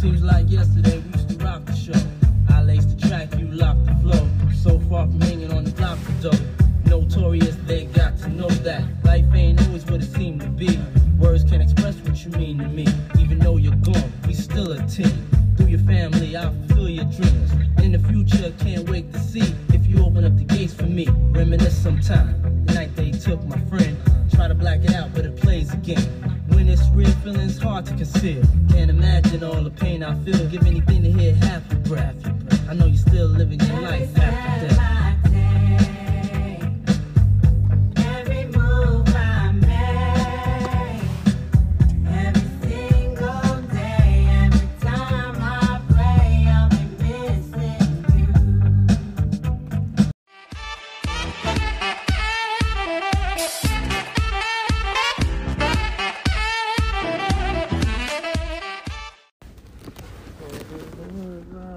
Seems like yesterday we used to rock the show. I laced the track, you locked the flow. So far from hanging on the block of dough. Notorious, they got to know that life ain't always what it seemed to be. Words can't express what you mean to me. Even though you're gone, we still a team. Through your family, I'll fulfill your dreams. In the future, can't wait to see if you open up the gates for me. Reminisce sometime. The night they took my friend. Try to black it out, but it plays again. When it's real, feeling's hard to conceal. Can't imagine all the pain I feel. Give anything to hear half your breath. I know you're still living your life after death.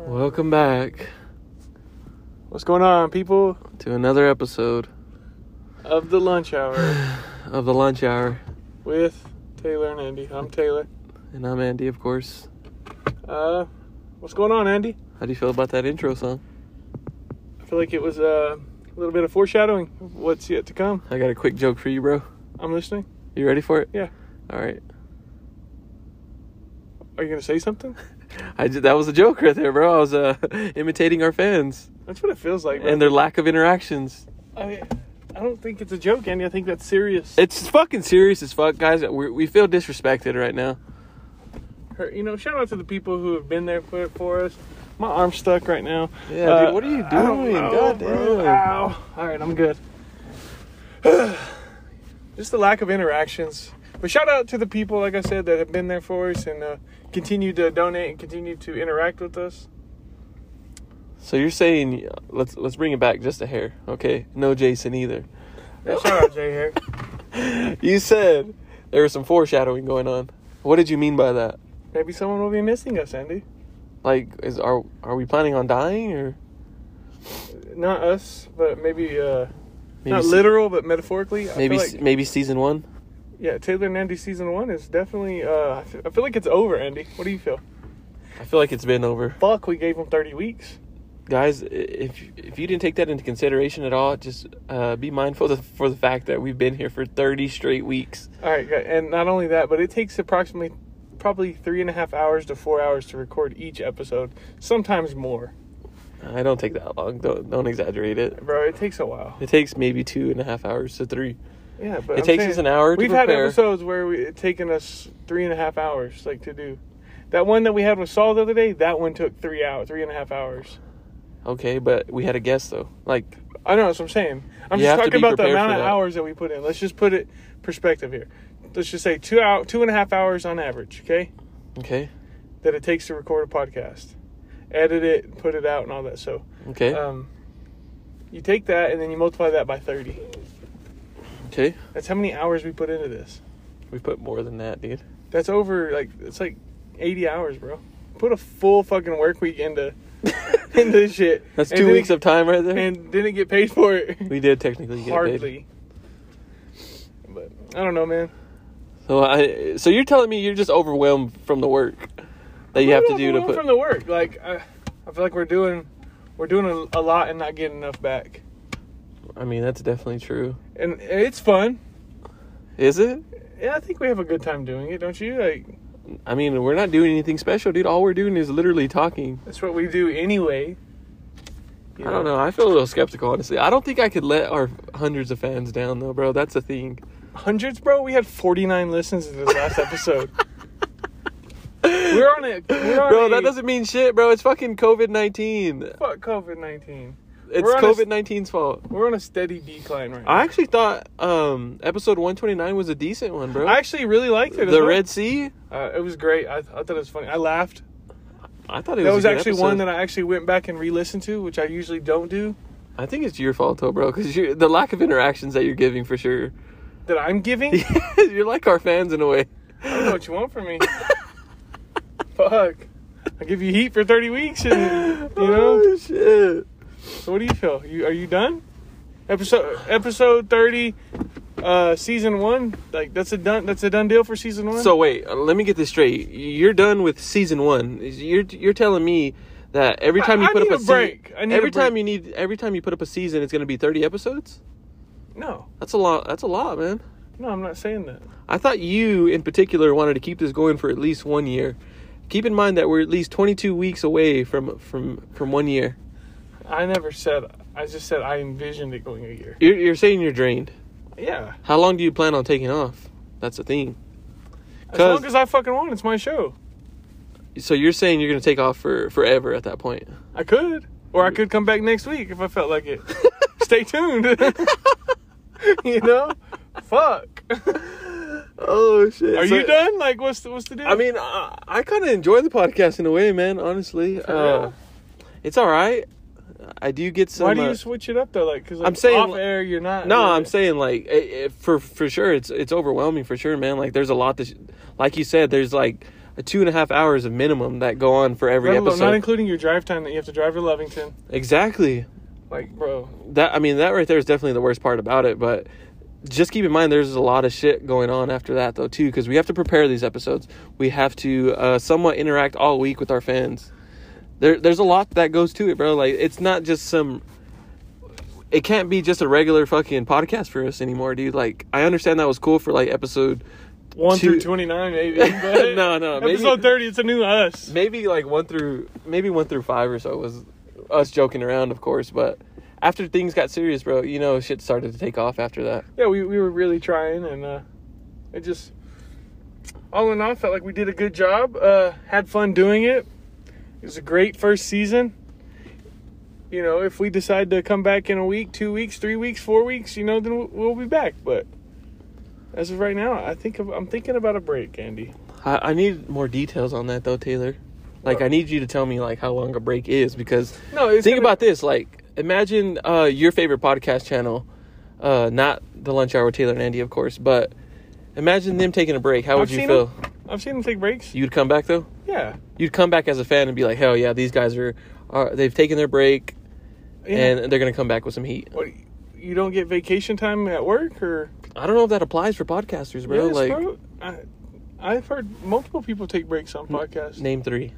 Welcome back What's going on, people to another episode of the lunch hour of the lunch hour. with Taylor and Andy? I'm Taylor. And I'm Andy, of course. Uh, what's going on, Andy? How do you feel about that intro song? I feel like it was uh, a little bit of foreshadowing of what's yet to come. I got a quick joke for you, bro. I'm listening. You ready for it? Yeah. All right. Are you gonna say something? I ju- that was a joke right there, bro. I was uh, imitating our fans That's what it feels like. and their lack of interactions. I, I don't think it's a joke, Andy. I think that's serious. It's fucking serious as fuck, guys. we we feel disrespected right now. Her- you know, shout out to the people who have been there for, for us. My arm's stuck right now. Uh, Yeah, dude, what are you I don't doing? know, God bro. damn. Ow. All right, I'm good. Just the lack of interactions. But shout out to the people, like I said, that have been there for us and uh, continue to donate and continue to interact with us. So you're saying let's let's bring it back just a hair, okay? No Jason either. Yeah, shout out Jay here. You said there was some foreshadowing going on. What did you mean by that? Maybe someone will be missing us, Andy. Like, is are are we planning on dying or Not us, but maybe, uh, maybe not se- literal, but metaphorically. I feel Maybe like- se- maybe season one. Yeah, Taylor and Andy season one is definitely. Uh, I fe- I feel like it's over, Andy. What do you feel? I feel like it's been over, Fuck, we gave him thirty weeks. guys. i- If if you didn't take that into consideration at all, just uh, be mindful of, for the fact that we've been here for thirty straight weeks. All right, gu- and not only that, but it takes approximately, probably three and a half hours to four hours to record each episode. Sometimes more, I don't take that long. Don't don't exaggerate it. bro. It takes a while. It takes maybe two and a half hours to three. Yeah, but It I'm takes saying, us an hour to We've had prepare. episodes where we, it taken us three and a half hours, like to do. That one that we had with Saul the other day, that one took three hours, three and a half hours. Okay, but we had a guest though. Like, I know that's what I'm saying. I'm You just have to talking be about the prepared amount for of that. hours that we put in. Let's just put it perspective here. Let's just say two out two and a half hours on average, okay? okay, That it takes to record a podcast. Edit it, put it out and all that. So okay, um you take that and then you multiply that by thirty. okay. That's how many hours we put into this. We put more than that, dude. That's over like it's like eighty hours, bro. Put a full fucking work week into into this shit. That's And two didn't- weeks of time right there. and didn't get paid for it. we did technically get paid. Hardly. But I don't know, man. So I, so you're telling me you're just overwhelmed from the work that you have to Well, do to well, put. from the work. Like I, I feel like we're doing, we're doing a, a lot and not getting enough back. I mean, that's definitely true. And and it's fun. Is it? Yeah, I think we have a good time doing it, don't you? Like I mean, we're not doing anything special, dude. All we're doing is literally talking. that's what we do anyway. You I don't know. I feel a little skeptical, honestly. I don't think I could let our hundreds of fans down, though, bro. That's a thing. Hundreds, bro. We had forty nine listens to this last episode. we're on it, we're on Bro, a- that doesn't mean shit, bro. It's fucking COVID 19. Fuck COVID nineteen. It's We're on a s- COVID 19's fault. We're on a steady decline right now. I actually thought um episode 129 was a decent one, bro. I actually really liked it. as the well. Red Sea? Uh, it was great. I, I thought it was funny. I laughed. I thought it was that was a good actually episode. one that I actually went back and re-listened to, which I usually don't do. I think it's your fault though, bro, because the lack of interactions that you're giving for sure. That I'm giving. you're like our fans in a way. I don't know what you want from me. Fuck. I give you heat for 30 weeks, and you know. Oh, shit. So what do you feel? You are you done? Episode episode 30. Uh, uh, season one, like that's a done that's a done deal for season one. So wait, uh, let me get this straight. You're done with season one. You're you're telling me that every time you I- I put need up a a break. season, I need a every time break. you need every time you put up a season, it's going to be 30 episodes. no, That's a lot. That's a lot, man. no, I'm not saying that. I thought you in particular wanted to keep this going for at least one year. Keep in mind that we're at least 22 weeks away from from from one year. I never said. I just said I envisioned it going a year. You're, you're saying you're drained. Yeah, How long do you plan on taking off? That's the thing. as long 'Cause- as I fucking want, it's my show. So you're saying you're going to take off for forever at that point. I could, or I could come back next week if I felt like it. Stay tuned. you know, fuck. Oh shit. Are So- you done? Like, what's the what's the deal? I mean, I, I kind of enjoy the podcast in a way, man. Honestly, uh, real? it's all right. I do get some. why do uh, you switch it up though? Like, because I'm saying- off air, you're not. no, you're- I'm saying like it, it, for for sure, it's it's overwhelming for sure, man. Like there's a lot that, like you said, there's like a two and a half hours of minimum that go on for every Let alone- episode. not including your drive time that you have to drive to Lovington. exactly. Like, bro, That I mean, that right there is definitely the worst part about it, but. Just keep in mind, there's a lot of shit going on after that, though, too, because we have to prepare these episodes. We have to uh, somewhat interact all week with our fans. there there's a lot that goes to it, bro. Like it's not just some it can't be just a regular fucking podcast for us anymore, dude. Like I understand that was cool for like episode one Two- through twenty nine, maybe. But No, no, maybe- episode thirty, it's a new us. maybe like one through maybe one through five or so was us joking around, of course, but after things got serious, bro, you know shit started to take off after that. yeah, we, we were really trying, and uh, it just all in all felt like we did a good job. Uh, had fun doing it. It was a great first season. You know, if we decide to come back in a week, two weeks, three weeks, four weeks, you know, then we'll, we'll be back. But as of right now, I think of, I'm thinking about a break, Andy. I, I need more details on that though, Taylor. Like What? I need you to tell me like how long a break is because No, it's think gonna- about this like imagine uh your favorite podcast channel uh not the lunch hour with taylor and andy of course but imagine them taking a break how would I've you seen feel 'em. I've seen them take breaks. you'd come back though Yeah, you'd come back as a fan and be like hell yeah these guys are, are they've taken their break yeah. and they're gonna come back with some heat what, you don't get vacation time at work or i don't know if that applies for podcasters bro Yes, like bro. I, I've heard multiple people take breaks on podcasts. name three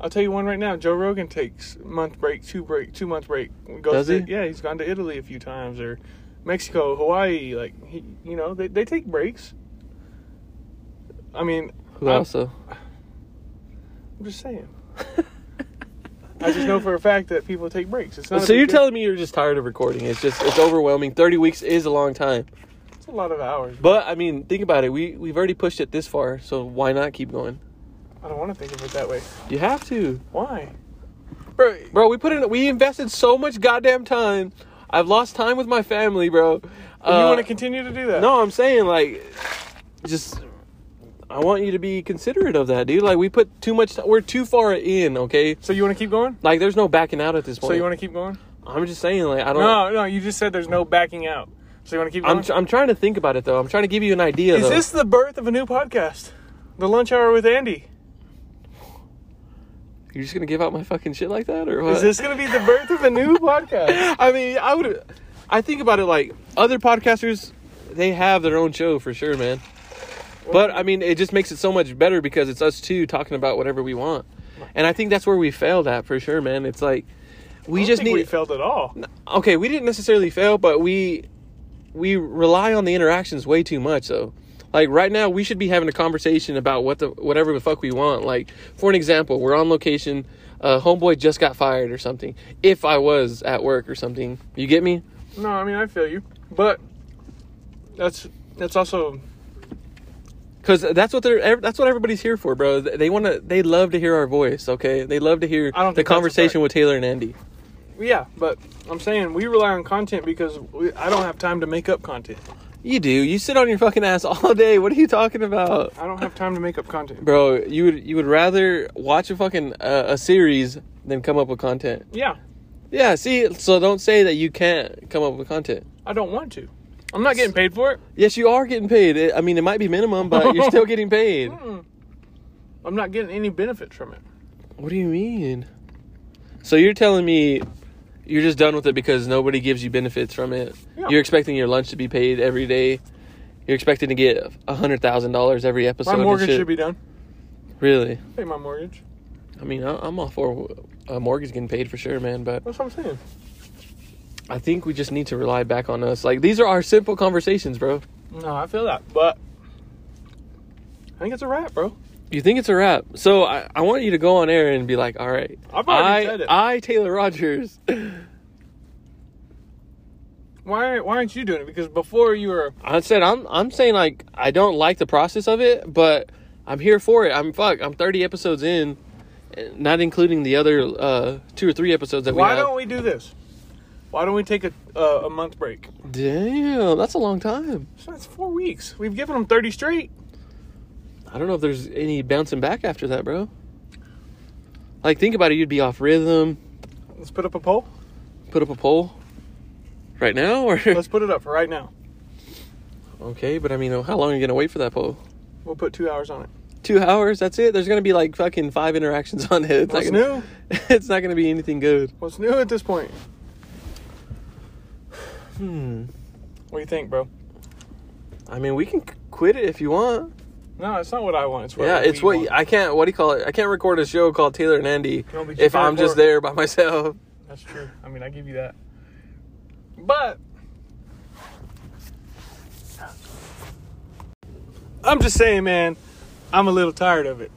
I'll tell you one right now. Joe Rogan takes month break, two break, two month break. Goes Does to, he? Yeah, he's gone to Italy a few times or Mexico, Hawaii. Like he, you know, they they take breaks. I mean, who I'm- else though I'm just saying. I just know for a fact that people take breaks. It's not. a so big you're deal. telling me you're just tired of recording it's just it's overwhelming 30 weeks is a long time it's a lot of hours. but i mean think about it we we've already pushed it this far so why not keep going I don't want to think of it that way. you have to Why? bro, bro we put in we invested so much goddamn time i've lost time with my family bro you Uh, want to continue to do that? no i'm saying like just i want you to be considerate of that dude like we put too much ti- we're too far in okay So you want to keep going? like there's no backing out at this point So you want to keep going? i'm just saying like i don't No, no. You just said there's no backing out. So you want to keep going? I'm, tr- I'm trying to think about it though i'm trying to give you an idea Is though. this the birth of a new podcast? The Lunch Hour with Andy. you're just gonna give out my fucking shit like that or what Is this going to be the birth of a new podcast? I mean, I would. I think about it like other podcasters, they have their own show for sure, man. But I mean, it just makes it so much better because it's us two talking about whatever we want, and I think that's where we failed at for sure, man. It's like we I don't just think need. we failed at all. okay, we didn't necessarily fail, but we we rely on the interactions way too much, though. Like right now, we should be having a conversation about what the whatever the fuck we want. Like for an example, we're on location. Uh, homeboy just got fired or something. If I was at work or something, you get me? No, I mean I feel you, but that's that's also Because that's what they're ev- that's what everybody's here for, bro. They- They want to they love to hear our voice. Okay, they love to hear I don't the think that's a conversation fact. with Taylor and Andy. yeah. But I'm saying we rely on content because we, I don't have time to make up content. You do. You sit on your fucking ass all day. What are you talking about? I don't have time to make up content. bro you would you would rather watch a fucking uh, a series than come up with content Yeah, yeah see so don't say that you can't come up with content I don't want to. I'm not getting paid for it. yes you are getting paid It- i mean it might be minimum but you're still getting paid I'm not getting any benefits from it. what do you mean so you're telling me you're just done with it because nobody gives you benefits from it Yeah. you're expecting your lunch to be paid every day You're expected to get hundred thousand dollars every episode. My and mortgage shit. should be done. really. Pay my mortgage. I mean, I, I'm all for a mortgage getting paid for sure, man. But That's what I'm saying. I think we just need to rely back on us. Like these are our simple conversations, bro. No, I feel that, but I think it's a wrap, bro. You think it's a wrap? So I, I want you to go on air and be like, all right, I've already I said it. I Taylor Rogers. Why why aren't you doing it? Because before you were I said I'm I'm saying like I don't like the process of it, but I'm here for it. I'm fuck. I'm 30 episodes in, eh, not including the other uh two or three episodes that Why we have. don't we do this? Why don't we take a uh, a month break? Damn, that's a long time. So that's four weeks. We've given them thirty straight. I don't know if there's any bouncing back after that, bro. Like think about it. You'd be off rhythm. Let's put up a poll. Put up a poll. Right now, or Let's put it up for right now. okay, but I mean, how long are you gonna wait for that poll? We'll put two hours on it. Two hours. That's it. There's gonna be like fucking five interactions on it. It's What's not gonna, new? It's not gonna be anything good. What's new at this point? Hmm. What do you think, bro? I mean, we can c- quit it if you want. No, it's not what I want. It's what yeah, we it's what want. I can't. What do you call it? I can't record a show called Taylor and Andy No, but you if can I'm just record- there by myself. That's true. I mean, I give you that. But I'm just saying, man, I'm a little tired of it.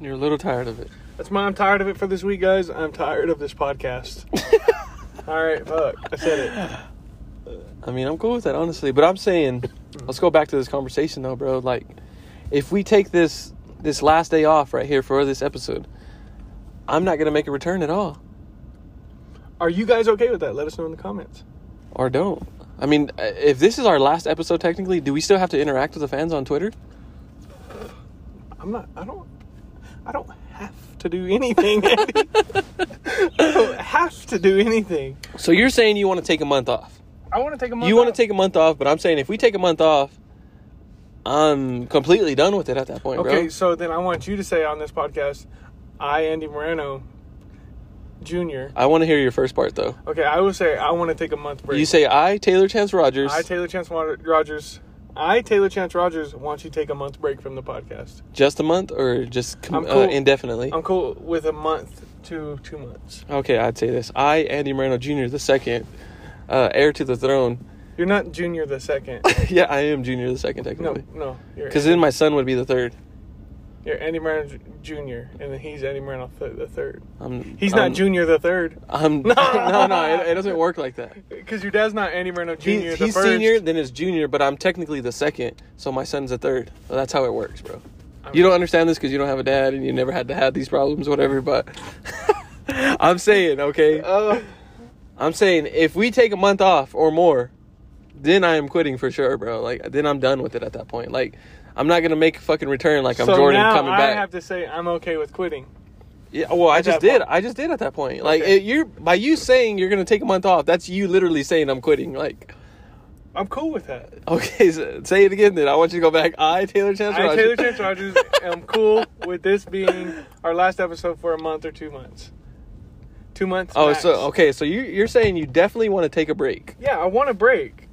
You're a little tired of it. That's why I'm tired of it for this week, guys. I'm tired of this podcast. All right, fuck. I said it. I mean, I'm cool with that, honestly. But I'm saying, let's go back to this conversation, though, bro. Like, if we take this this last day off right here for this episode, I'm not gonna make a return at all, Are you guys okay with that? Let us know in the comments. or don't. I mean, uh, if this is our last episode, technically, do we still have to interact with the fans on Twitter? I'm not. I don't. I don't have to do anything. Andy. I don't have to do anything. So you're saying you want to take a month off? I want to take a month. you want off. to take a month off, but I'm saying if we take a month off, I'm completely done with it at that point, Okay, bro. so then I want you to say on this podcast, I, Andy Moreno Jr. I want to hear your first part though. Okay, I will say I want to take a month break. You say I, Taylor Chance Rogers. I, Taylor Chance Wa- Rogers. I, Taylor Chance Rogers, want you to take a month break from the podcast. just a month or just com- I'm cool. uh, indefinitely? I'm cool with a month to two months. okay, I'd say this. I, Andy Moreno Jr., the second, uh, heir to the throne. You're not Junior the second. yeah, I am Jr. the second, no, technically. no. You're Because Andy, then my son would be the third. you're Andy Moreno J- Jr. and then he's Andy Moreno th- the third. I'm, He's not I'm- Junior the third I'm, no, Um, no, it, it doesn't work like that. because your dad's not Andy Moreno Jr. He's, the he's first. senior, then it's junior, but I'm technically the second, so my son's the third. So that's how it works, bro. You don't understand this because you don't have a dad and you never had to have these problems, whatever. But I'm saying, okay, Uh, I'm saying if we take a month off or more, then I am quitting for sure, bro. Like then I'm done with it at that point. Like I'm not gonna make a fucking return like I'm so Jordan now coming I back. have to say I'm okay with quitting. yeah, well, I at just that did. point. I just did at that point. Like Okay. it, you're by you saying you're gonna take a month off. That's you literally saying I'm quitting. Like. I'm cool with that. Okay, so say it again then. I want you to go back. I, Taylor Chance I, Rogers. Taylor Chance Rogers, am cool with this being our last episode for a month or two months. Two months. Oh, max. so okay, so you you're saying you definitely want to take a break. Yeah, I want a break.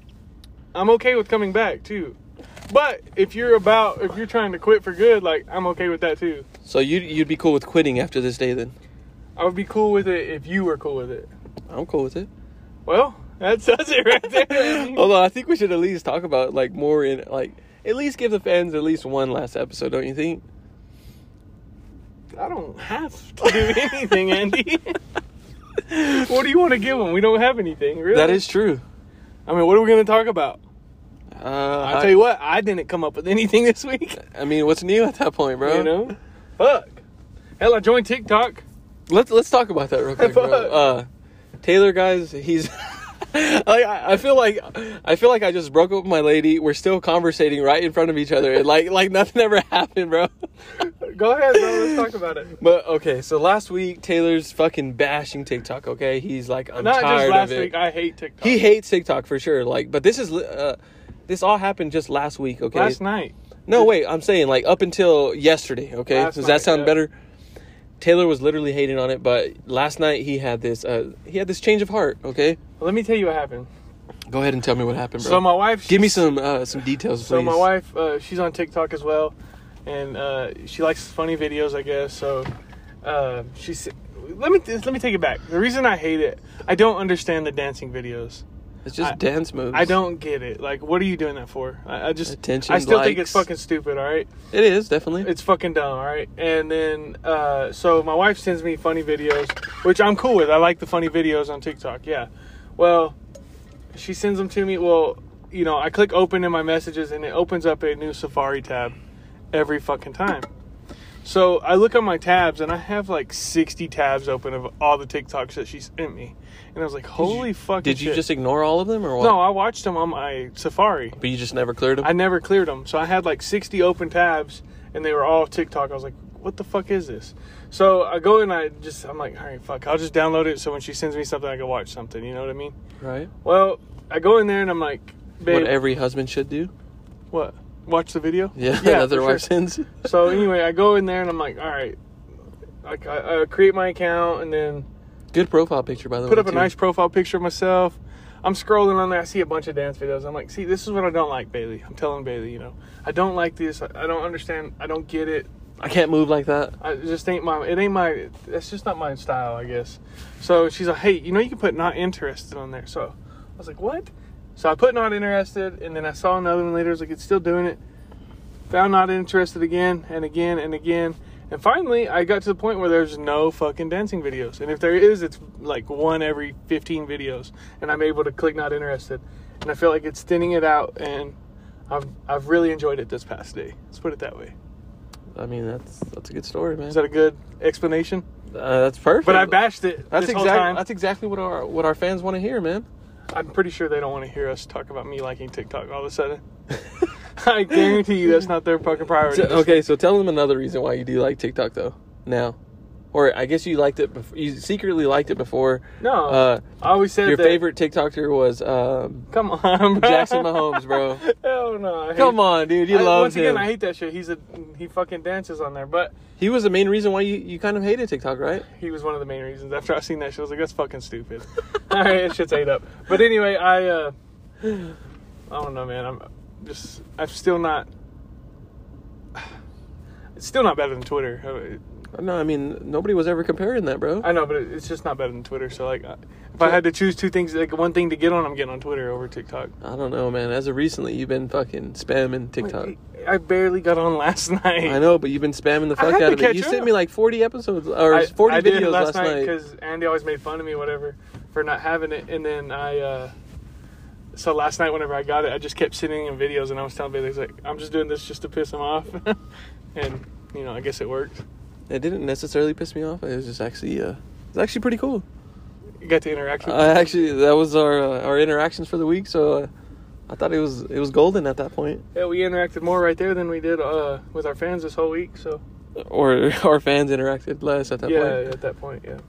I'm okay with coming back too. But if you're about, if you're trying to quit for good, like I'm okay with that too. So you you'd be cool with quitting after this day then. I would be cool with it if you were cool with it. I'm cool with it. Well, that says it right there. Although I think we should at least talk about like more in like at least give the fans at least one last episode, don't you think? I don't have to do anything, Andy. what do you want to give them? We don't have anything, really. That is true. I mean, what are we going to talk about? Uh, I, I tell you what, I didn't come up with anything this week. I mean, what's new at that point, bro? You know, fuck. Hell, I joined TikTok. Let's let's talk about that real quick, bro. Uh, Taylor, guys, he's like I I feel like I feel like I just broke up with my lady. We're still conversating right in front of each other, and like like nothing ever happened, bro. Go ahead, bro. Let's talk about it. But okay, so last week Taylor's fucking bashing TikTok. Okay, he's like, I'm Not tired just last of it. week. I hate TikTok. he hates TikTok for sure. Like, but this is uh, this all happened just last week. Okay, last night. no wait, I'm saying like up until yesterday. Okay, Last does that night, sound yeah. better? Taylor was literally hating on it, but last night he had this uh, he had this change of heart. Okay, Well, let me tell you what happened. Go ahead and tell me what happened, bro. So my wife. Give me some uh, some details, please. So my wife, uh, she's on TikTok as well, and uh, she likes funny videos, I guess. So uh, she s- let me let me take it back. The reason I hate it, I don't understand the dancing videos. It's just I- dance moves. I don't get it. Like, what are you doing that for? I, I just Attention, I still think it's likes. fucking stupid. All right, It is definitely. it's fucking dumb. All right, and then uh, so my wife sends me funny videos, which I'm cool with. I like the funny videos on TikTok. Yeah, well, she sends them to me. Well, you know, I click open in my messages, and it opens up a new Safari tab every fucking time. So I look on my tabs, and I have like 60 tabs open of all the TikToks that she sent me, and I was like, holy fucking! Did you shit. just ignore all of them, or what? No, I watched them on my Safari. But you just never cleared them. I never cleared them. So I had like 60 open tabs and they were all TikTok. I was like, what the fuck is this? So I go and I just, I'm like, all right, fuck, I'll just download it. So when she sends me something, I can watch something. You know what I mean? right. Well, I go in there and I'm like, babe, What every husband should do. what? Watch the video? Yeah. yeah that their for wife sure. sends. So anyway, I go in there and I'm like, all right, like I, I create my account and then Good profile picture, by the way. put up a too. nice profile picture of myself. I'm scrolling on there. I see a bunch of dance videos. I'm like, see, this is what I don't like, Bailey. I'm telling Bailey, you know, I don't like this. I, I don't understand. I don't get it. I can't move like that. I it just ain't my. It ain't my. That's just not my style, I guess. So she's like, hey, you know, you can put not interested on there. So I was like, what? So I put not interested, and then I saw another one later. I was like, it's still doing it. Found not interested again and again and again. And finally, I got to the point where there's no fucking dancing videos. And if there is, it's like one every 15 videos. And I'm able to click not interested. And I feel like it's thinning it out. And I've, I've really enjoyed it this past day. Let's put it that way. I mean, that's that's a good story, man. Is that a good explanation? uh, that's perfect. But I bashed it That's this exactly whole time. that's exactly what our what our fans want to hear, man. I'm pretty sure they don't want to hear us talk about me liking TikTok all of a sudden. I guarantee you that's not their fucking priority. So- okay, so tell them another reason why you do like TikTok though. Now, or I guess you liked it. Before, you secretly liked it before. No. Uh, I always said your that- favorite TikToker was um, Come on, bro. Jackson Mahomes, bro. Hell no. I hate- Come on, dude. You I- love Once him. again, I hate that shit. He's a he fucking dances on there, but he was the main reason why you, you kind of hated TikTok, right? he was one of the main reasons. After I seen that shit, I was like, that's fucking stupid. all right, that shit's ate up. But anyway, I uh, I don't know, man. I'm just I'm still not. It's still not better than Twitter. No, I mean nobody was ever comparing that, bro. I know, but it- it's just not better than Twitter. So like, I- if I had to choose two things, like one thing to get on, I'm getting on Twitter over TikTok. I don't know, man. As of recently, you've been fucking spamming TikTok. I barely got on last night. I know, but you've been spamming the I fuck had out to of it. catch You sent up. me like 40 episodes or 40 videos did last, night. because Andy always made fun of me, whatever, for not having it. And then I, uh, so last night whenever I got it, I just kept sending him videos, and I was telling Bailey, I was like, I'm just doing this just to piss him off, and you know, I guess it worked. It didn't necessarily piss me off. It was just actually, uh, it's actually pretty cool. You got to interact with. I actually that was our uh, our interactions for the week, so uh, I thought it was it was golden at that point. yeah, we interacted more right there than we did uh, with our fans this whole week. So Or our fans interacted less at that yeah, point. at that point, yeah.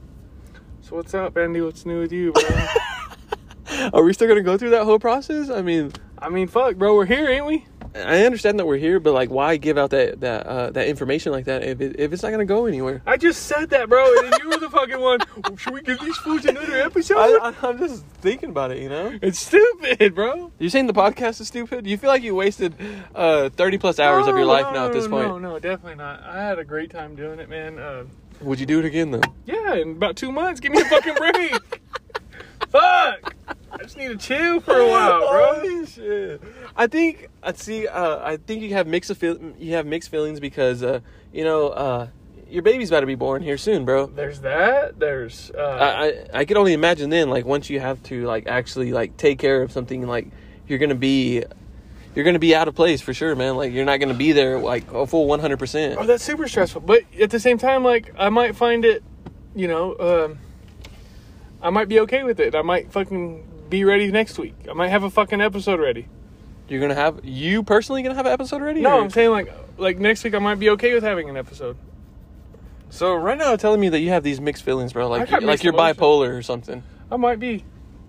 So what's up, Andy? What's new with you, bro? Are we still gonna go through that whole process? I mean, I mean, fuck, bro, we're here, ain't we? I understand that we're here, but like, why give out that that uh, that information like that if it, if it's not gonna go anywhere? I just said that, bro, and then you were the fucking one. Should we give these fools another episode? I, I, I'm just thinking about it, you know. it's stupid, bro. You're saying the podcast is stupid. You feel like you wasted uh, 30 plus hours of your No, life no, now at this no, point. No, no, definitely not. I had a great time doing it, man. Uh, Would you do it again though? yeah, in about two months, give me a fucking break. fuck, I just need to chill for a while, bro. Holy shit. I think I see. Uh, I think you have mixed feel- you have mixed feelings because uh, you know uh, your baby's about to be born here soon, bro. There's that. There's. Uh, I, I I could only imagine then like once you have to like actually like take care of something like you're gonna be you're gonna be out of place for sure, man. Like you're not gonna be there like a full one hundred percent. Oh, that's super stressful. But at the same time, like I might find it, you know, um, I might be okay with it. I might fucking be ready next week. I might have a fucking episode ready. You're gonna have you personally gonna have an episode ready? No, or- I'm saying like like next week I might be okay with having an episode. So right now, telling me that you have these mixed feelings, bro. Like got you, like mixed you're emotions. bipolar or something. I might be.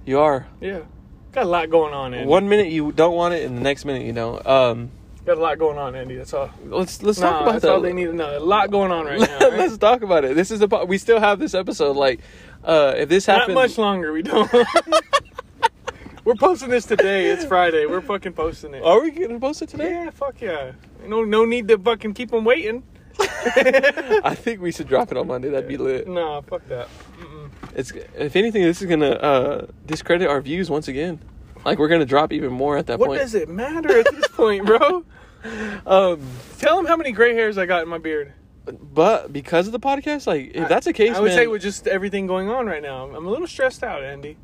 You are. Yeah, got a lot going on, Andy. One minute you don't want it, and the next minute you don't. Um, Got a lot going on, Andy. That's all. let's let's Nah, talk about that's that. all they need to know. A lot going on right now. right? let's talk about it. This is the po- we still have this episode. Like, uh, if this Not happens, much longer. We don't. We're posting this today. It's Friday. We're fucking posting it. Are we getting posted today? Yeah, fuck yeah. No, no need to fucking keep them waiting. I think we should drop it on Monday. That'd be lit. Nah, fuck that. Mm-mm. It's if anything, this is gonna uh, discredit our views once again. Like we're gonna drop even more at that What point. does it matter at this point, bro? um, Tell them how many gray hairs I got in my beard. but because of the podcast, like if that's the case, I would man, say with just everything going on right now, I'm, I'm a little stressed out, Andy.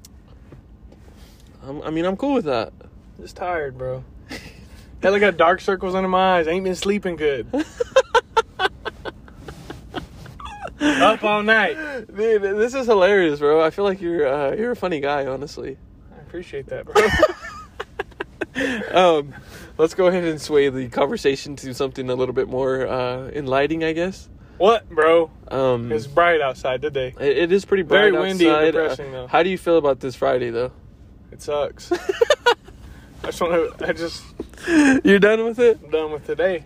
I'm, I mean, I'm cool with that. Just tired, bro. Hell, I got dark circles under my eyes. I ain't been sleeping good. Up all night. Dude, this is hilarious, bro. I feel like you're uh, you're a funny guy, honestly. I appreciate that, bro. Um, let's go ahead and sway the conversation to something a little bit more uh, enlightening, I guess. what, bro? Um, It's bright outside today. it- it is pretty bright very windy and outside. Uh, depressing, though. How do you feel about this Friday, though? It sucks. I just want to. I just you're done with it? I'm done with today.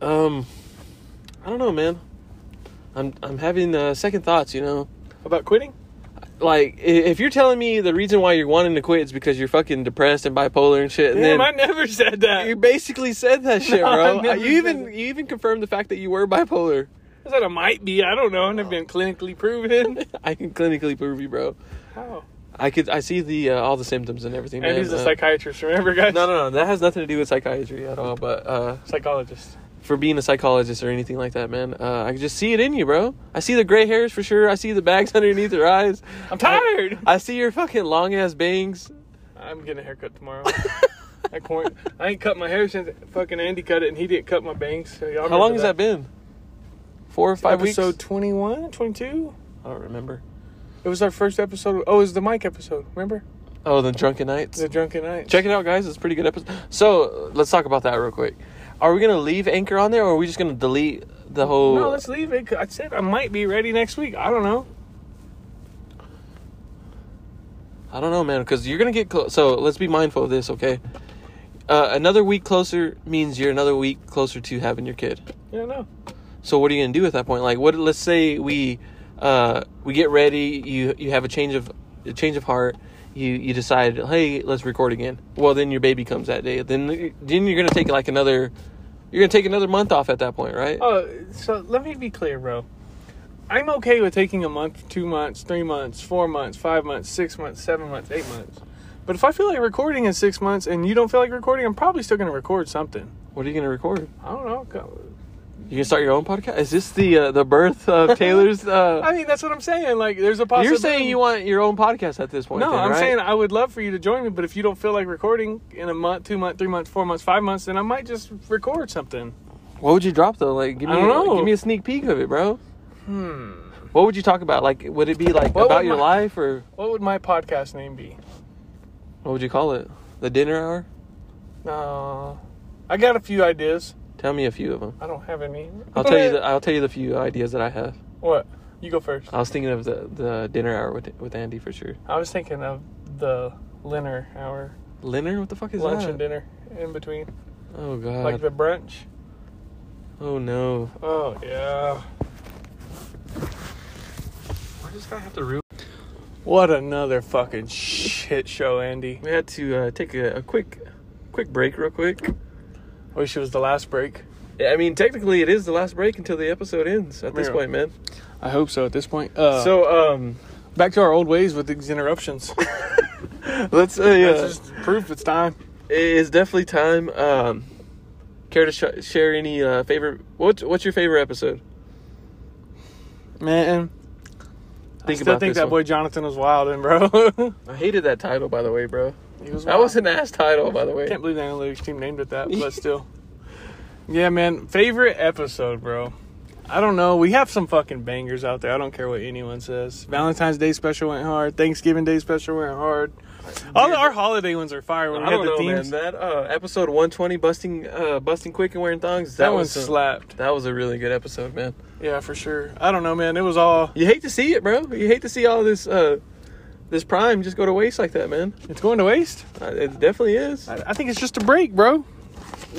Um, I don't know, man. I'm I'm having uh, second thoughts. You know, About quitting? like i- if you're telling me the reason why you're wanting to quit is because you're fucking depressed and bipolar and shit, and Damn, then I never said that. you basically said that shit, No, I bro. never You said even that. you even confirmed the fact that you were bipolar. I said I might be. I don't know. I've never been clinically proven. I can clinically prove you, bro. How? I could I see the uh, all the symptoms and everything. And man. he's a Uh, psychiatrist. Remember, guys? No, no, no. That has nothing to do with psychiatry at all. But uh, Psychologist. for being a psychologist or anything like that, man, uh, I can just see it in you, bro. I see the gray hairs for sure. I see the bags underneath your eyes. I'm tired. I see your fucking long ass bangs. I'm getting a haircut tomorrow. I, quarant- I ain't cut my hair since fucking Andy cut it, and he didn't cut my bangs. So y'all How long remember has that been? Four or five episode weeks. 21, 22? I don't remember. It was our first episode. Oh, it was the Mike episode. Remember Oh, the drunken nights. the drunken night? Check it out, guys. It's a pretty good episode. So let's talk about that real quick. Are we gonna leave Anchor on there, or are we just gonna delete the whole? No, let's leave it. 'cause I said I might be ready next week. I don't know. I don't know, man, because you're gonna get close. So let's be mindful of this, okay? Uh, another week closer means you're another week closer to having your kid. You don't know. So what are you gonna do at that point? Like, what? Let's say we uh, we get ready. You you have a change of a change of heart. You you decide, hey, let's record again. Well, then your baby comes that day. Then then you're gonna take like another. You're gonna take another month off at that point, right? Oh, so let me be clear, bro. I'm okay with taking a month, two months, three months, four months, five months, six months, seven months, eight months. But if I feel like recording in six months and you don't feel like recording, I'm probably still going to record something. What are you gonna record? I don't know. go- You gonna start your own podcast? Is this the uh, the birth of Taylor's? Uh, I mean, that's what I'm saying. Like, there's a possibility. you're saying you want your own podcast at this point? No, then, I'm right? saying I would love for you to join me, but if you don't feel like recording in a month, two months, three months, four months, five months, then I might just record something. What would you drop though? Like, give me, I don't know. give me a sneak peek of it, bro. Hmm. What would you talk about? Like, would it be like What about would your my- life, or What would my podcast name be? what would you call it? The dinner hour? Uh, I got a few ideas. Tell me a few of them. I don't have any. I'll tell you. The, Uh, I'll tell you the few ideas that I have. What? You go first. I was thinking of the, the dinner hour with with Andy for sure. I was thinking of the dinner hour, Leonard, what the fuck is lunch that? and dinner in between, oh god. like the brunch. oh no. Oh yeah. We're just gonna have to root. What another fucking shit show, Andy. We had to uh, take a, a quick quick break, real quick. Wish it was the last break. Yeah, I mean, technically, it is the last break until the episode ends at this Yeah. point, man. I hope so. At this point, uh, so so, um, back to our old ways with these interruptions. let's, uh, yeah, That's just proof it's time. it is definitely time. Um, care to sh- share any uh, favorite? What's what's your favorite episode? Man, Think I still about think this that one. boy Jonathan was wilding, bro. I hated that title, by the way, bro. he was. That was an ass title, by the way. Can't believe the analytics team named it that, but still. Yeah, man. Favorite episode, bro. I don't know. We have some fucking bangers out there. I don't care what anyone says. Valentine's Day special went hard. Thanksgiving Day special went hard. All the, our holiday ones are fire. When we I had don't the know, man. themes, That uh, episode 120, busting, uh, busting quick and wearing thongs. that, That, one was uh, a, slapped. that was a really good episode, man. Yeah, for sure. I don't know, man. It was all. You hate to see it, bro. You hate to see all this uh, this prime just go to waste like that, man. It's going to waste. Uh, It definitely is. I, I think it's just a break, bro.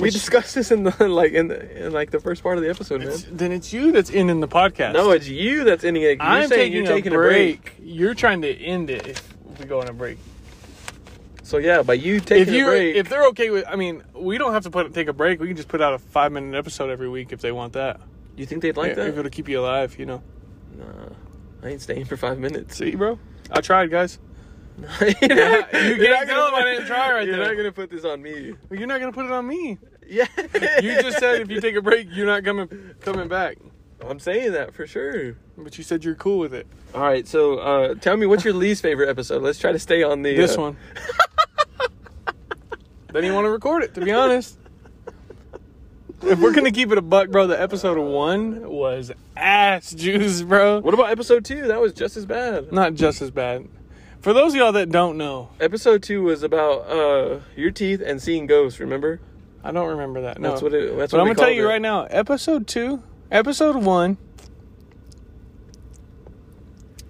We discussed this in the like in the in like the first part of the episode, man. It's- then it's you that's ending the podcast. No, it's you that's ending it. You're I'm saying taking, you're taking a, break. You're trying to end it if we go on a break. So yeah, by you If taking a you break, if they're okay with, I mean, we don't have to put take a break. We can just put out a five minute episode every week if they want that. you think they'd like if, that? if it'll keep you alive, you know. Nah, I ain't staying for five minutes. See, bro, I tried, guys. you can't tell them I didn't try right You're there. not gonna put this on me. Well, You're not gonna put it on me. Yeah, You just said if you take a break, you're not coming coming back. I'm saying that for sure. But you said you're cool with it. All right, so uh, tell me what's your least favorite episode. Let's try to stay on the This uh, one. they didn't want to record it, to be honest. If we're gonna keep it a buck, bro, the episode one was ass juice, bro. What about episode two? That was just as bad. Not just as bad. For those of y'all that don't know, Episode two was about uh, your teeth and seeing ghosts. Remember? I don't remember that. No, That's what it- that's but what I'm we gonna tell called you it. right now. Episode two, episode one,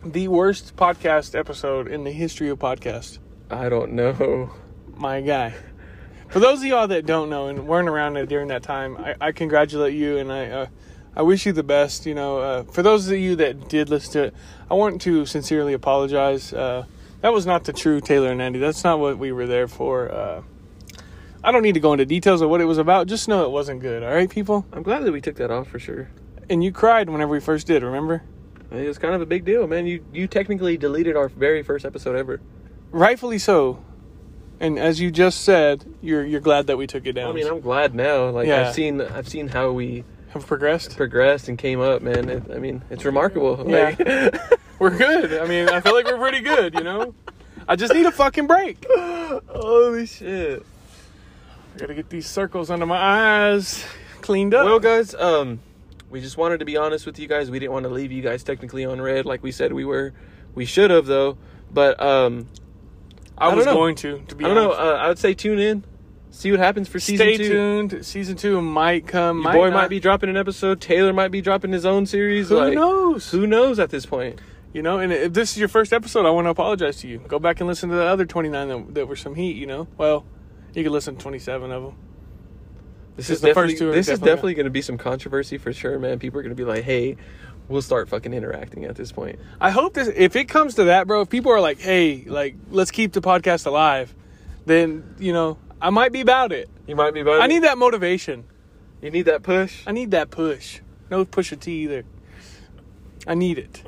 the worst podcast episode in the history of podcast. I don't know. my guy. For those of y'all that don't know and weren't around it during that time, I, I congratulate you and I uh, I wish you the best. You know, uh, for those of you that did listen to it, I want to sincerely apologize. Uh, that was not the true Taylor and Andy. That's not what we were there for. Uh, I don't need to go into details of what it was about. Just know it wasn't good. All right, people. I'm glad that we took that off for sure. And you cried whenever we first did. Remember? It was kind of a big deal, man. You you technically deleted our very first episode ever. Rightfully so. And as you just said, you're you're glad that we took it down. I mean, I'm glad now. Like Yeah. I've seen I've seen how we have progressed. progressed and came up, man. It, I mean, it's remarkable. Yeah. Like, We're good. I mean, I feel like we're pretty good, you know? I just need a fucking break. holy shit. I gotta get these circles under my eyes cleaned up. Well, guys, um, we just wanted to be honest with you guys. We didn't want to leave you guys technically on red, like we said we were. We should have though, but um, I, don't was know. going to, to be I don't know. honest. Uh, I would say tune in, see what happens for season Stay two. tuned. Season two might come. Your might boy not. might be dropping an episode. Taylor might be dropping his own series. Who like, knows? Who knows at this point? You know, and if this is your first episode, I want to apologize to you. Go back and listen to the other 29 that, that were some heat, you know? Well, you can listen to 27 of them. This is This is the first definitely two are this is definitely- definitely going to be some controversy for sure, man. People are going to be like, "Hey, we'll start fucking interacting at this point." I hope this, if it comes to that, bro, if people are like, hey, like, let's keep the podcast alive, then, you know, I might be about it. You might be. Voting. I need that motivation. You need that push. I need that push. No push of tea either. I need it.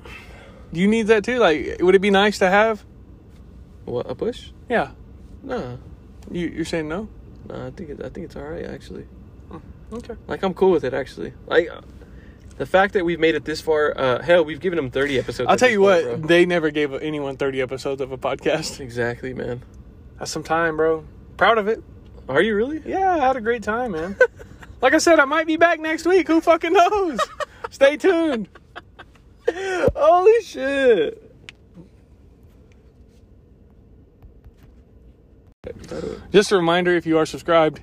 Do you need that too? Like, would it be nice to have? What a push? Yeah. Nah, You, you're saying no? nah. I think it, I think it's all right actually. Okay. Like I'm cool with it actually. Like uh, the fact that we've made it this far. Uh, hell, we've given them 30 episodes. I'll at tell this you point, what, bro. they never gave anyone 30 episodes of a podcast. Exactly, man. That's some time, bro. Proud of it. Are you really? Yeah, I had a great time, man. like I said, I might be back next week. Who fucking knows? Stay tuned. Holy shit. Just a reminder if you are subscribed,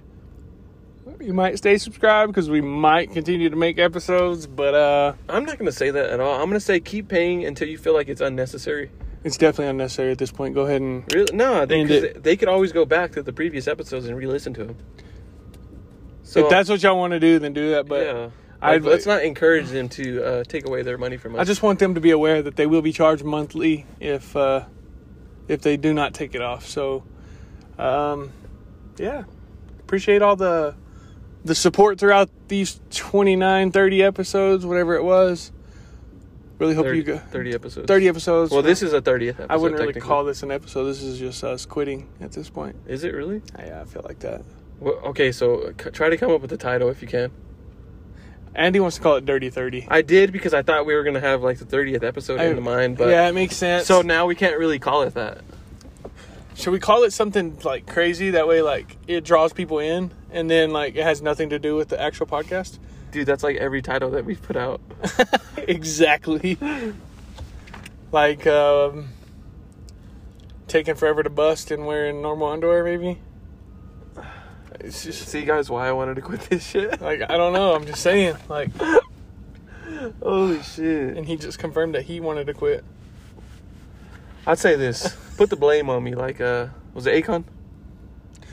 you might stay subscribed because we might continue to make episodes, but uh, I'm not gonna say that at all. I'm gonna say keep paying until you feel like it's unnecessary. it's definitely unnecessary at this point. Go ahead and Really? No, they, And 'cause it- they, they could always go back to the previous episodes and re-listen to them. So if that's what y'all want to do, then do that. But yeah, Like, I'd- let's not encourage them to uh, take away their money from us. I just want them to be aware that they will be charged monthly if uh, if they do not take it off. So, um, yeah, appreciate all the the support throughout these 29, 30 episodes, whatever it was. Really hope 30, you go 30 episodes. 30 episodes. Well, this is a 30th episode. I wouldn't really technically. call this an episode. This is just us quitting at this point. Is it really? Yeah, I feel like that. Well, okay, so c- try to come up with a title if you can. Andy wants to call it Dirty 30. I did because I thought we were gonna have like the 30th episode in mind, but yeah, it makes sense. so now we can't really call it that. Should we call it something like crazy? That way, like it draws people in, and then like it has nothing to do with the actual podcast. Dude, that's like every title that we've put out. exactly. like um, taking forever to bust and wearing normal underwear, maybe. It's just See, guys, why I wanted to quit this shit? like I don't know. I'm just saying. Like, Holy shit! and he just confirmed that he wanted to quit. I'd say this: put the blame on me. Like, uh, was it Akon?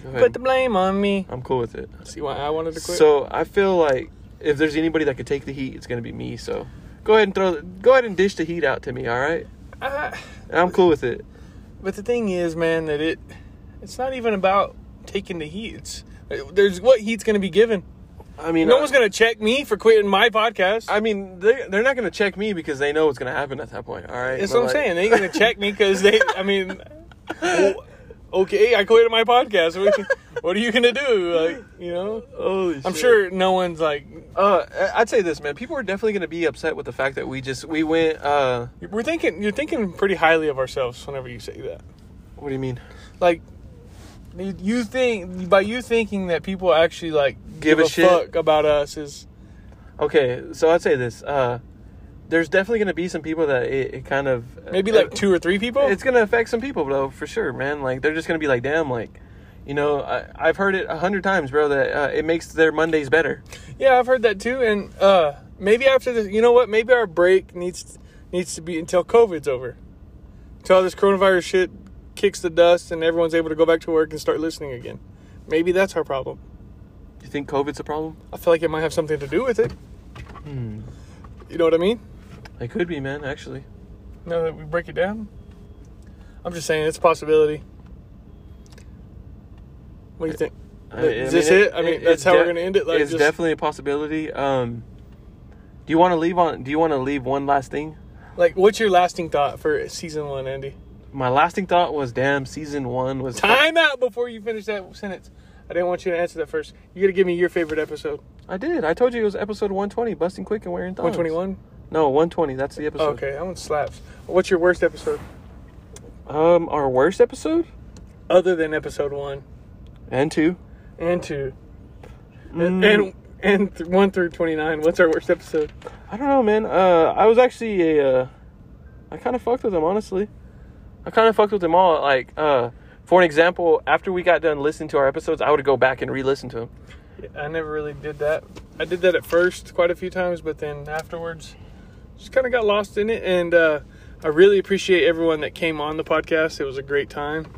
Go ahead. Put the blame on me. I'm cool with it. See why I wanted to quit. So I feel like if there's anybody that could take the heat, it's gonna be me. So go ahead and throw, go ahead and dish the heat out to me. All right, I- And I'm cool with it. But the thing is, man, that it It's not even about taking the heat. It's there's what heat's going to be given. I mean, uh, no I- one's going to check me for quitting my podcast. I mean, they they're not gonna check me because they know what's gonna happen at that point. All right, That's But, what I'm like- saying. They ain't gonna check me because they. I mean, o- okay, I quit my podcast. What, what are you gonna do? Like, you know, Holy I'm shit. sure no one's like. Uh, I- I'd say this, man. People are definitely gonna be upset with the fact that we just we went. Uh, We're thinking. You're thinking pretty highly of ourselves whenever you say that. what do you mean? Like, you- you think by you thinking that people actually like Give a shit. fuck about us is Okay, so I'd say this. Uh, there's definitely gonna be some people that it, it kind of maybe like it- two or three people. Uh, It's gonna affect some people, though, for sure, man. Like they're just gonna be like, damn, like. You know, I, I've heard it a hundred times, bro. That uh, it makes their Mondays better. Yeah, I've heard that too. And uh, maybe after this, you know what? Maybe our break needs needs to be until COVID's over, until this coronavirus shit kicks the dust and everyone's able to go back to work and start listening again. Maybe that's our problem. You think COVID's a problem? I feel like it might have something to do with it. Hmm. You know what I mean? It could be, man. Actually, Now that we break it down, I'm just saying it's a possibility. What do you think? I mean, Is I mean, this it? I mean, that's it's how we're de- gonna end it? Like, it's just- definitely a possibility. Um, do you want to leave on? Do you want to leave one last thing? Like, what's your lasting thought for season one, Andy? My lasting thought was, damn, season one was Time out before you finish that sentence. I didn't want you to answer that first. You got to give me your favorite episode. I did. I told you it was episode one twenty, busting quick and wearing thongs. 121? No, one twenty. That's the episode. okay, that one slaps. What's your worst episode? Um, our worst episode Other than episode one and two. and two. Mm. And and th- one through 29. What's our worst episode? I don't know, man. Uh, I was actually a. Uh, I kind of fucked with them, honestly. I kind of fucked with them all. Like, uh, for an example, after we got done listening to our episodes, I would go back and re-listen to them. I never really did that. I did that at first quite a few times, but then afterwards just kind of got lost in it. And uh, I really appreciate everyone that came on the podcast. It was a great time.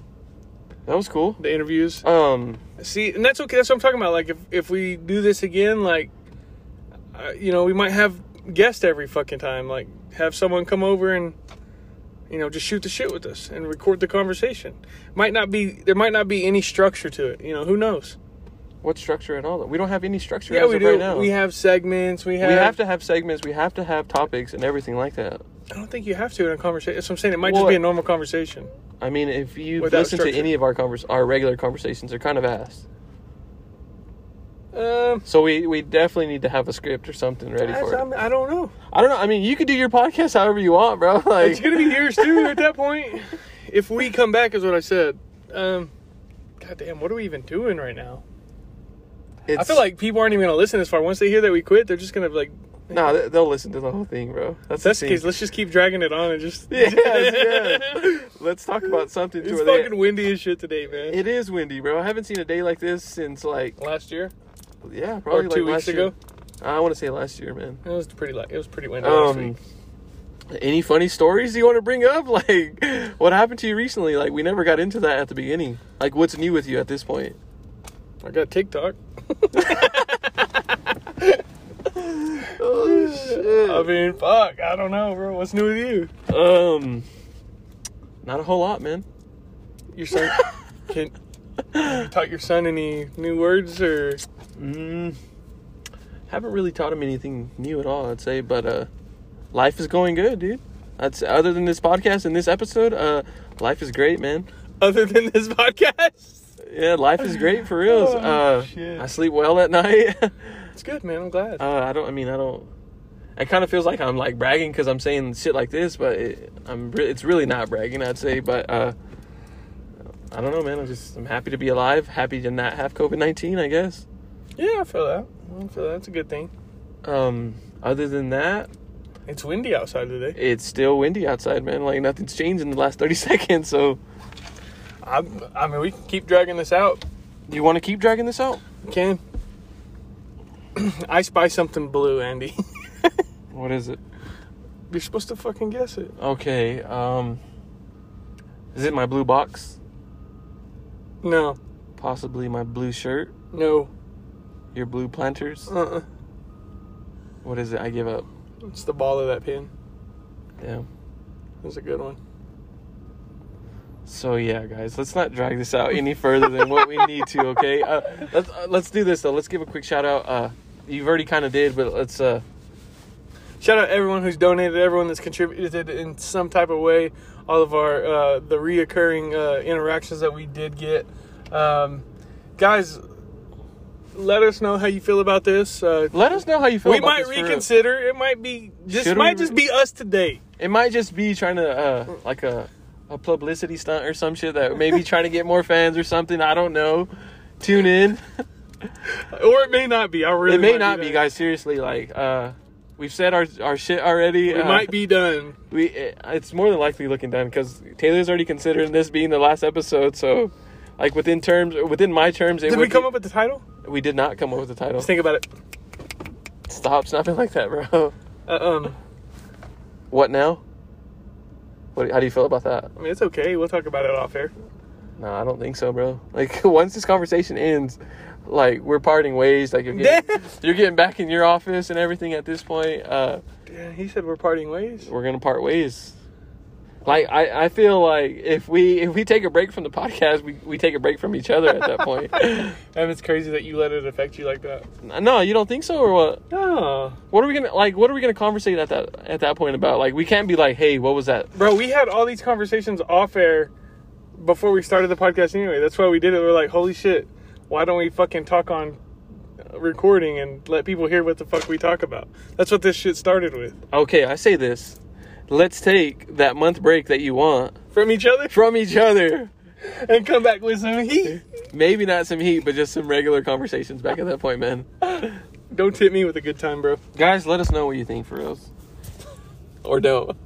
That was cool. The interviews. Um, See, and that's okay. That's what I'm talking about. Like, if if we do this again, like, uh, you know, we might have guests every fucking time. Like, have someone come over and, you know, just shoot the shit with us and record the conversation. Might not be there. Might not be any structure to it. You know, who knows? what structure and all that? We don't have any structure. Yeah, as we of do. Right now. We have segments. We have. we have to have segments. We have to have topics and everything like that. I don't think you have to in a conversation. That's what I'm saying. It might just Well, be a normal conversation. I mean, if you Without listen to structure. any of our convers, our regular conversations, they're kind of ass. Um, So we we definitely need to have a script or something ready I, for it. I don't know. I don't know. I mean, you could do your podcast however you want, bro. It's Like, gonna be yours too at that point. If we come back, is what I said. Um, God damn, what are we even doing right now? I it's- feel like people aren't even gonna listen this far. Once they hear that we quit, they're just gonna be like, nah, they- they'll listen to the whole thing, bro. That's the "That's the thing. case. Let's just keep dragging it on and just." Yes, yes. Let's talk about something. To it's where they- fucking windy as shit today, man. It is windy, bro. I haven't seen a day like this since like last year yeah, or probably two like weeks last year. ago, I want to say last year, man. it was pretty. li- It was pretty windy last Um, week. any funny stories you want to bring up? Like, what happened to you recently? Like, we never got into that at the beginning. Like, what's new with you at this point? I got TikTok. Oh shit! I mean, fuck. I don't know, bro. What's new with you? um, not a whole lot, man. Your son? can you taught your son any new words or? Mm, haven't really taught him anything new at all, I'd say. But uh, life is going good, dude. That's other than this podcast and this episode. Uh, life is great, man. other than this podcast. Yeah, life is great for reals. Oh, uh, shit. I sleep well at night. It's good, man. I'm glad. Uh, I don't. I mean, I don't. It kind of feels like I'm like bragging because I'm saying shit like this, but it, I'm. Re- it's really not bragging, I'd say. But uh, I don't know, man. I'm just. I'm happy to be alive. Happy to not have COVID nineteen. I guess. yeah, I feel that. I feel that's a good thing. Um. Other than that, It's windy outside today. it's still windy outside, man. Like nothing's changed in the last thirty seconds. So, I, I mean, we can keep dragging this out. do you want to keep dragging this out? We can. I spy something blue, Andy. What is it? You're supposed to fucking guess it. Okay. Um. Is it my blue box? No, Possibly my blue shirt. no, Your blue planters. uh, uh What is it? I give up. it's the ball of that pin. Damn. That's a good one. So yeah, guys, let's not drag this out any further than what we need to. Okay, uh, let's uh, let's do this though. Let's give a quick shout out. Uh, you've already kind of did, but let's. Uh, Shout out everyone who's donated, everyone that's contributed in some type of way. All of our uh, the reoccurring uh, interactions that we did get, um, guys. Let us know how you feel about this. Uh, let us know how you feel. we about might this for- reconsider. It might be this Should we might re- just be us today. It might just be trying to uh, like a a publicity stunt or some shit that maybe trying to get more fans or something. I don't know. Tune in. or it may not be. I really it may might not be, done. guys. Seriously, like uh, we've said our our shit already. We uh, might be done. We it- it's more than likely looking done because Taylor's already considering this being the last episode. So, like within terms, within my terms, it Did would we come be- up with the title? We did not come up with the title. Let's think about it. Stop snapping like that, bro. Uh, um, What now? What? How do you feel about that? I mean, it's okay. We'll talk about it off air. No, I don't think so, bro. Like once this conversation ends, like we're parting ways. Like you're getting, you're getting back in your office and everything. At this point, uh, Yeah, he said we're parting ways. we're gonna part ways. Like I, I feel like if we if we take a break from the podcast, we, we take a break from each other at that point. And it's crazy that you let it affect you like that. no, you don't think so or what? No. What are we gonna like? What are we gonna conversate at that at that point about? Like we can't be like, hey, what was that? Bro, we had all these conversations off air before we started the podcast anyway. That's why we did it. We're like, holy shit, why don't we fucking talk on uh, recording and let people hear what the fuck we talk about? That's what this shit started with. Okay, I say this. Let's take that month break that you want From each other from each other. and come back with some heat. Maybe not some heat, but just some regular conversations back at that point, man. Don't tip me with a good time, bro. Guys, let us know what you think for us. Or don't.